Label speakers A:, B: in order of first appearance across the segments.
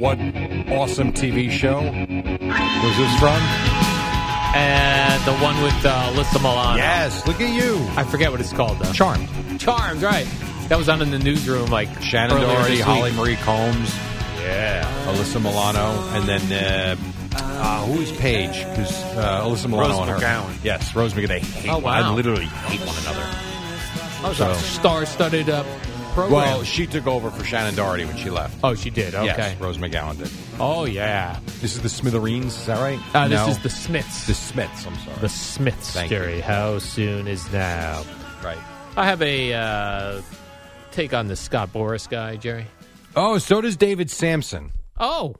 A: What awesome TV show was this from?
B: And the one with uh, Alyssa Milano.
A: Yes, look at you.
B: I forget what it's called though.
A: Charmed.
B: Charmed, right? That was on in the newsroom like
A: Shannon
B: earlier
A: Doherty,
B: this week.
A: Holly Marie Combs. Yeah. Alyssa Milano, and then uh, uh, who is Paige? Because uh, Alyssa Milano
C: Rose
A: and her.
C: McGowan.
A: Yes, Rose McGowan. They hate
B: Oh,
A: one.
B: wow.
A: They literally hate one another.
B: That was a
A: So-
B: Oh, star-studded uh, program.
A: Well, she took over for Shannon Doherty when she left.
B: oh, she did. Okay.
A: Yes, Rose McGowan did.
B: Oh yeah.
A: This is the Smithereens. Is that right?
B: Uh, this
A: No.
B: is the Smiths.
A: the Smiths. I'm sorry.
B: The Smiths,
A: Thank
B: Jerry. How soon is now?
A: right.
B: I have a uh, take on the Scott Boris guy, Jerry.
A: Oh, so does David Sampson.
B: Oh,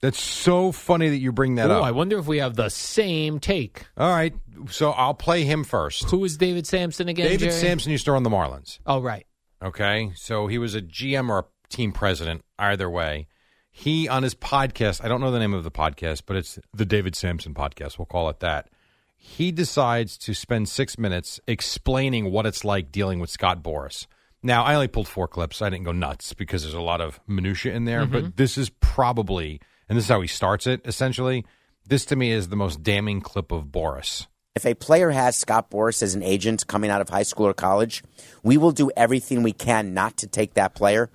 A: That's so funny that you bring that
B: Ooh,
A: up.
B: I wonder if we have the same take.
A: All right, so I'll play him first.
B: Who is David Sampson again?
A: David
B: Jerry?
A: Sampson used to run the Marlins.
B: Oh, right.
A: Okay, so he was a GM or a team president, either way. He on his podcast, I don't know the name of the podcast, but it's the David Sampson podcast. We'll call it that. He decides to spend six minutes explaining what it's like dealing with Scott Boris. Now, I only pulled four clips. I didn't go nuts because there's a lot of minutia in there, but this is probably, and this is how he starts it essentially. This to me is the most damning clip of Boris.
D: If a player has Scott Boris as an agent coming out of high school or college, we will do everything we can not to take that player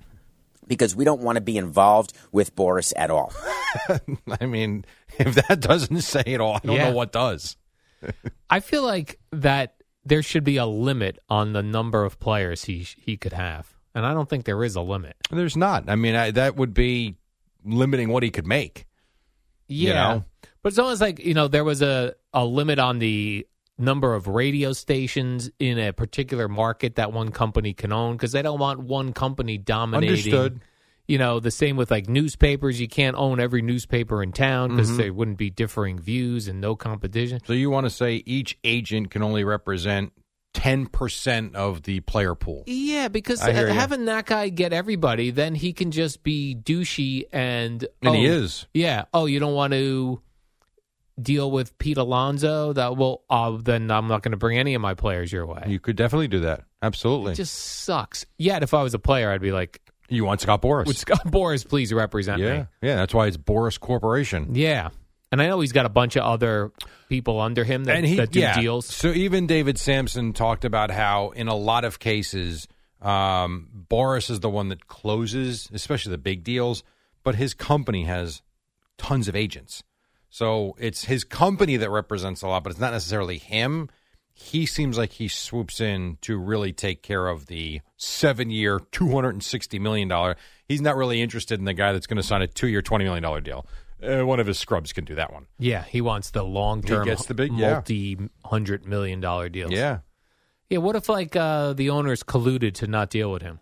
D: because we don't want to be involved with Boris at all.
A: I mean, if that doesn't say it all, I don't
B: Yeah.
A: know what does.
B: I feel like that there should be a limit on the number of players he he could have, and I don't think there is a limit.
A: There's not. I mean, I, that would be limiting what he could make.
B: Yeah,
A: know?
B: but it's almost like you know there was a a limit on the number of radio stations in a particular market that one company can own because they don't want one company dominating.
A: Understood.
B: You know, the same with like newspapers. You can't own every newspaper in town because there wouldn't be differing views and no competition.
A: So you want to say each agent can only represent 10% of the player pool.
B: Yeah, because
A: I hear
B: uh,
A: ya.
B: having that guy get everybody, then he can just be douchey and
A: And he
B: oh,
A: is.
B: Yeah. Oh, you don't want to deal with Pete Alonso? That will. Uh, then I'm not going to bring any of my players your way.
A: You could definitely do that. Absolutely.
B: it just sucks. Yet, if I was a player, I'd be like,
A: you want Scott Boris.
B: "Would Scott Boris please represent
A: yeah.
B: me?"
A: Yeah, that's why it's Boris Corporation.
B: Yeah. And I know he's got a bunch of other people under him that,
A: and he
B: that do
A: yeah.
B: deals.
A: So even David Sampson talked about how in a lot of cases um, Boris is the one that closes, especially the big deals, but his company has tons of agents. So it's his company that represents a lot, but it's not necessarily him. He seems like he swoops in to really take care of the seven year, $260 million. He's not really interested in the guy that's going to sign a two year, $20 million deal. Uh, one of his scrubs can do that one.
B: Yeah, he wants the long term,
A: gets the big- yeah.
B: multi hundred million dollar deals.
A: Yeah.
B: Yeah, what if like uh, the owners colluded to not deal with him?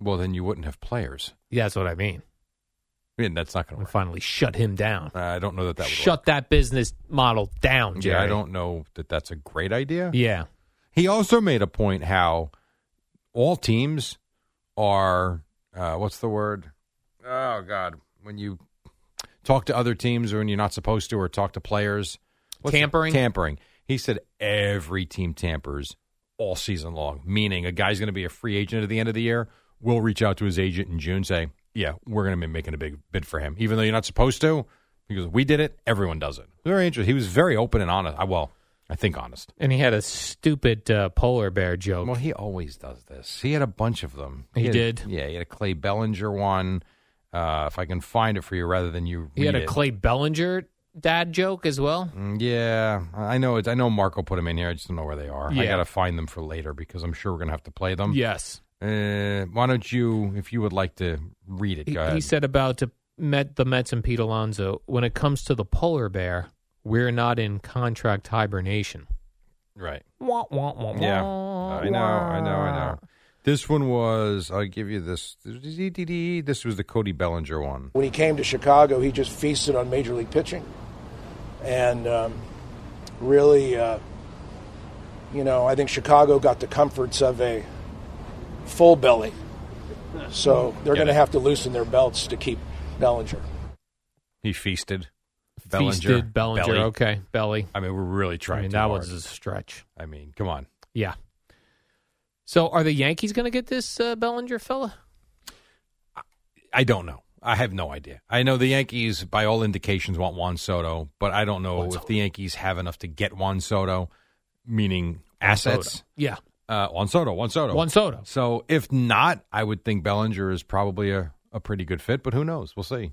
A: Well, then you wouldn't have players.
B: Yeah, that's what I mean.
A: I mean, that's not going to
B: And
A: work.
B: finally shut him down.
A: I don't know that that would
B: shut that business model down,
A: work.
B: Jerry.
A: Yeah, I don't know that that's a great idea.
B: Yeah.
A: He also made a point how all teams are uh, what's the word? Oh God, when you talk to other teams or when you're not supposed to, or talk to players, what's the-
B: Tampering?
A: tampering. He said every team tampers all season long, meaning a guy's going to be a free agent at the end of the year. We'll reach out to his agent in June, say, "Yeah, we're going to be making a big bid for him, even though you're not supposed to." Because we did it, everyone does it. Very interesting. He was very open and honest. I- Well, I think honest.
B: And he had a stupid uh, polar bear joke.
A: Well, he always does this. He had a bunch of them.
B: He
A: had-
B: did?
A: yeah, he had a Clay Bellinger one. Uh, if I can find it for you, rather than you.
B: he had
A: read
B: a
A: it.
B: Clay Bellinger dad joke as well.
A: Mm, Yeah, I know. It's, I know Marco put them in here. I just don't know where they are. I
B: Yeah.
A: got to find them for later because I'm sure we're gonna have to play them.
B: Yes.
A: Uh, why don't you, if you would like to read it,
B: He,
A: go ahead.
B: he said about to Met, the Mets and Pete Alonso when it comes to the polar bear, we're not in contract hibernation.
A: Right.
B: Wah, wah, wah,
A: Yeah.
B: wah,
A: I know. I know. I
B: wah.
A: know. This one was. I'll give you this. This was the Cody Bellinger one.
C: When he came to Chicago, he just feasted on major league pitching, and um, really, uh, you know, I think Chicago got the comforts of a full belly, so they're
A: Get
C: going to
A: it.
C: have to loosen their belts to keep Bellinger.
A: He feasted.
B: Feasted Bellinger.
A: Belly.
B: Okay, Belly.
A: I mean, we're really trying.
B: I mean,
A: too
B: that
A: hard.
B: was a stretch.
A: I mean, come on.
B: Yeah. So, are the Yankees going to get this uh, Bellinger fella?
A: I don't know. I have no idea. I know the Yankees, by all indications, want Juan Soto, but I don't know if the Yankees have enough to get Juan Soto, meaning assets.
B: Yeah,
A: Uh, Juan Soto, Juan Soto,
B: Juan Soto.
A: So if not, I would think Bellinger is probably a, a pretty good fit, but who knows? We'll see.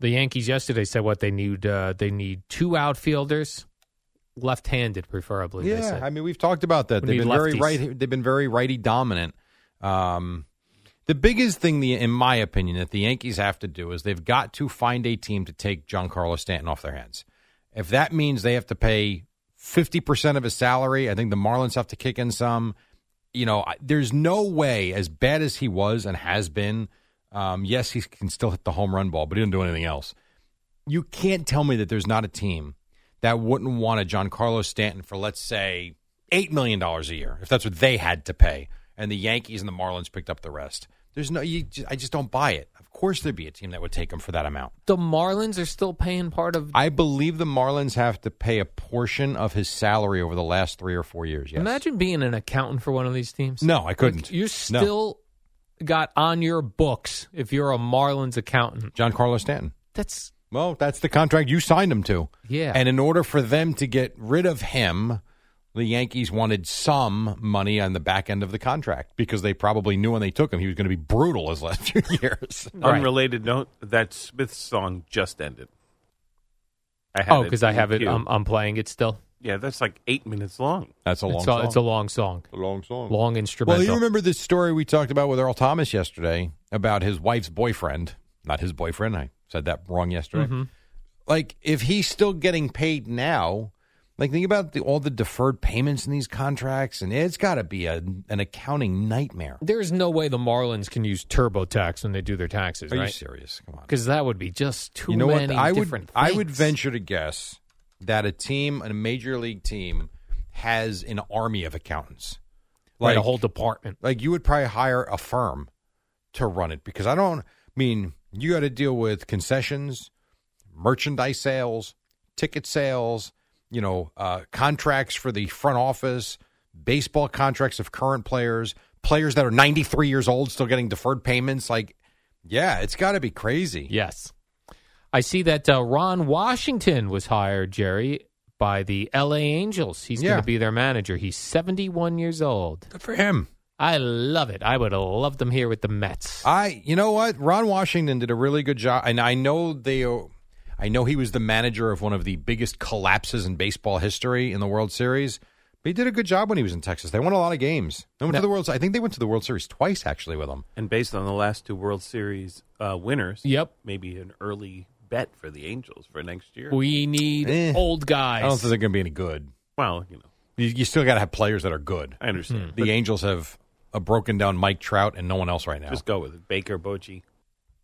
B: The Yankees yesterday said what they need. Uh, they need two outfielders, left-handed, preferably. they
A: Yeah,
B: said.
A: I mean, we've talked about that.
B: We
A: they've
B: need
A: been very
B: lefties.
A: right. They've been very righty dominant. Um, the biggest thing, the in my opinion, that the Yankees have to do is they've got to find a team to take John Carlos Stanton off their hands. If that means they have to pay fifty percent of his salary, I think the Marlins have to kick in some. You know, I- there's no way as bad as he was and has been. Um, yes, he can still hit the home run ball, but he didn't do anything else. You can't tell me that there's not a team that wouldn't want a John Carlos Stanton for let's say eight million dollars a year if that's what they had to pay, and the Yankees and the Marlins picked up the rest. There's no, you, ju- I just don't buy it. Of course, there'd be a team that would take him for that amount.
B: the Marlins are still paying part of.
A: I believe the Marlins have to pay a portion of his salary over the last three or four years. Yes.
B: Imagine being an accountant for one of these teams.
A: No, I couldn't.
B: Like, you're
A: No.
B: still got on your books if you're a Marlins accountant.
A: John Carlos Stanton.
B: That's
A: Well, that's the contract you signed him to.
B: yeah.
A: And in order for them to get rid of him, the Yankees wanted some money on the back end of the contract because they probably knew when they took him he was going to be brutal his last few years.
E: Unrelated note: that Smith song just ended. I have
B: oh, because I
E: in
B: have it.
E: queue.
B: I'm, I'm playing it still.
E: yeah, that's like eight minutes long.
A: That's a long
B: it's,
A: song.
B: a, it's a long song,
A: long song.
B: long instrumental.
A: well, you remember the story we talked about with Earl Thomas yesterday about his wife's boyfriend, not his boyfriend. I said that wrong yesterday.
B: Mm-hmm.
A: Like, if he's still getting paid now, like think about the, all the deferred payments in these contracts, and it's got to be a, an accounting nightmare.
B: There's no way the Marlins can use TurboTax when they do their taxes,
A: Are you
B: right?
A: serious? Come on.
B: Because that would be just too
A: you know
B: many
A: what? I would
B: different
A: I would
B: things.
A: venture to guess that a team, a major league team, has an army of accountants,
B: Right, a whole department.
A: like you would probably hire a firm to run it because I don't I mean you got to deal with concessions, merchandise sales, ticket sales, you know, uh, contracts for the front office, baseball contracts of current players, players that are 93 years old still getting deferred payments like yeah, it's got to be crazy.
B: Yes. I see that uh, Ron Washington was hired, Jerry, by the LA Angels. He's
A: Yeah.
B: going to be their manager. He's 71 years old.
A: Good for him.
B: I love it. I would have loved them here with the Mets.
A: I, you know what, Ron Washington did a really good job, and I know they, I know he was the manager of one of the biggest collapses in baseball history in the World Series. But he did a good job when he was in Texas. They won a lot of games. They went to
B: Now-
A: the World. I think they went to the World Series twice actually with him.
E: And based on the last two World Series uh, winners,
B: Yep.
E: maybe an early bet for the Angels for next year.
B: we need
A: Eh.
B: old
A: I
B: guys.
A: don't think they're going to be any good.
E: well, you know,
A: You, you still got to have players that are good. Hmm.
E: I understand.
A: The Angels have a broken down Mike Trout and no one else right now.
E: Just go with it, Baker Bochy.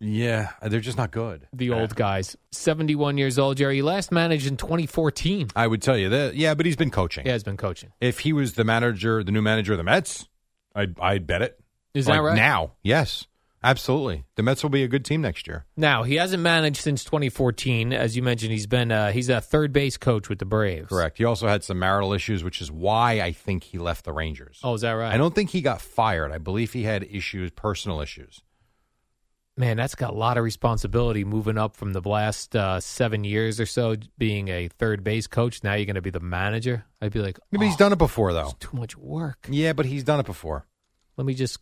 A: yeah, they're just not good.
B: the old guys. 71 years old, Jerry. He last managed in 2014.
A: I would tell you that. Yeah, but he's been coaching.
B: He has been coaching.
A: If he was the manager, the new manager of the Mets, I'd I'd bet it.
B: Is
A: Like,
B: that right?
A: Now, yes, absolutely. The Mets will be a good team next year.
B: Now, he hasn't managed since 2014. As you mentioned, he's been uh, he's a third base coach with the Braves.
A: Correct. He also had some marital issues, which is why I think he left the Rangers.
B: Oh, is that right?
A: I don't think he got fired. I believe he had issues, personal issues.
B: man, that's got a lot of responsibility moving up from the last uh, seven years or so being a third base coach. Now you're going to be the manager. I'd be like,
A: Maybe he's
B: "Oh,
A: done it before, though.
B: it's too much work.
A: Yeah, but he's done it before.
B: Let me just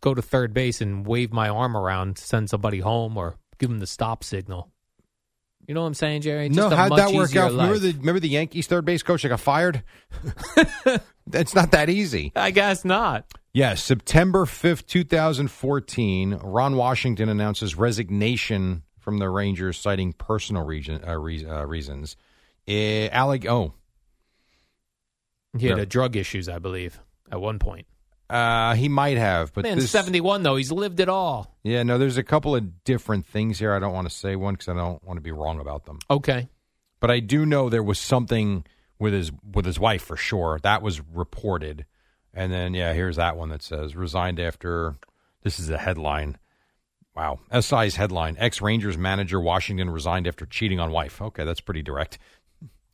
B: go to third base and wave my arm around, send somebody home, or give them the stop signal. You know what I'm saying, Jerry? It's
A: no,
B: just a
A: how'd
B: much
A: that work
B: easier
A: out? Remember
B: life.
A: the, remember the Yankees third base coach that got fired? It's not that easy.
B: I guess not.
A: Yes, September 5th, 2014, Ron Washington announces resignation from the Rangers, citing personal region, uh, re- uh, reasons. Eh, Alec, oh,
B: He had
A: Yeah.
B: uh, drug issues, I believe, at one point.
A: uh, he might have, but
B: Man,
A: this,
B: 71 though, he's lived it all.
A: Yeah, no, there's a couple of different things here. I don't want to say one because I don't want to be wrong about them.
B: Okay.
A: But I do know there was something with his with his wife for sure. That was reported. And then yeah, here's that one that says resigned after this is a headline. Wow. SI's headline. Ex Rangers manager Washington resigned after cheating on wife. Okay, that's pretty direct.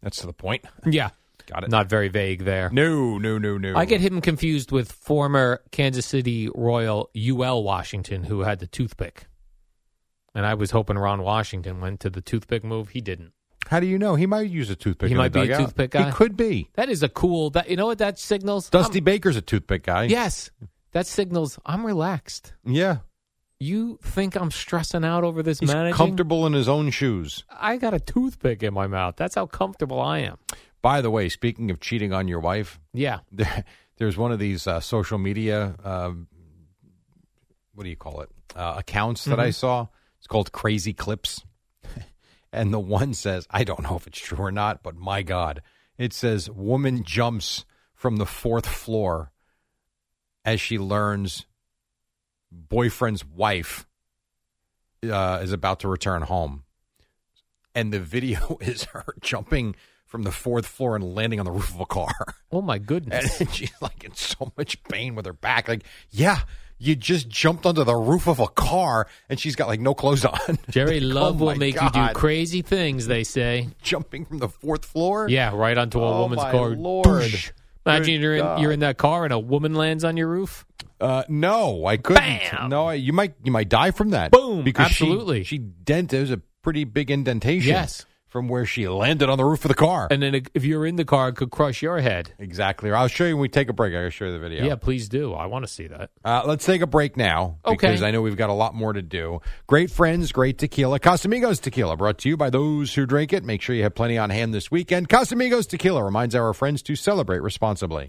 A: That's to the point.
B: Yeah.
A: Got it.
B: Not very vague there.
A: no, no, no, no.
B: I get him confused with former Kansas City Royal UL Washington who had the toothpick. And I was hoping Ron Washington went to the toothpick move. He didn't.
A: How do you know? He might use a toothpick.
B: He
A: in the
B: might be a
A: dugout.
B: toothpick
A: He
B: guy. Um,
A: could be.
B: That is a cool that you know what that signals?
A: Dusty
B: I'm-
A: Baker's a toothpick guy.
B: yes. That signals I'm relaxed.
A: Yeah.
B: You think I'm stressing out over this
A: He's
B: managing?
A: comfortable in his own shoes.
B: I got a toothpick in my mouth. That's how comfortable I am.
A: By the way, speaking of cheating on your wife,
B: Yeah.
A: there, there's one of these uh, social media, um, what do you call it, uh, accounts that I saw. It's called Crazy Clips. and the one says, I don't know if it's true or not, but my God, it says, Woman jumps from the fourth floor as she learns boyfriend's wife uh, is about to return home. And the video is her jumping from the fourth floor and landing on the roof of a car.
B: Oh my goodness.
A: And she's like in so much pain with her back. Like, yeah, you just jumped onto the roof of a car and she's got like no clothes on.
B: Jerry
A: Like,
B: Love
A: oh
B: will
A: my
B: make you do
A: God.
B: crazy things, they say.
A: Jumping from the fourth floor?
B: Yeah, right onto a
A: Oh,
B: woman's
A: my
B: car.
A: Lord.
B: Boosh. Imagine
A: Good
B: you're in,
A: God.
B: you're in that car and a woman lands on your roof.
A: Uh, no, I couldn't.
B: Bam!
A: No, I, you might you might die from that.
B: Boom,
A: Because she-
B: absolutely.
A: She, dented. It was a pretty big indentation.
B: Yes.
A: From where she landed on the roof of the car.
B: And then it- if you're in the car, it could crush your head.
A: exactly. I'll show you when we take a break. I'll show you the video.
B: Yeah, please do. I want to see that.
A: Uh, let's take a break now because
B: Okay.
A: I know we've got a lot more to do. Great friends, great tequila. Casamigos Tequila brought to you by those who drink it. Make sure you have plenty on hand this weekend. Casamigos Tequila reminds our friends to celebrate responsibly.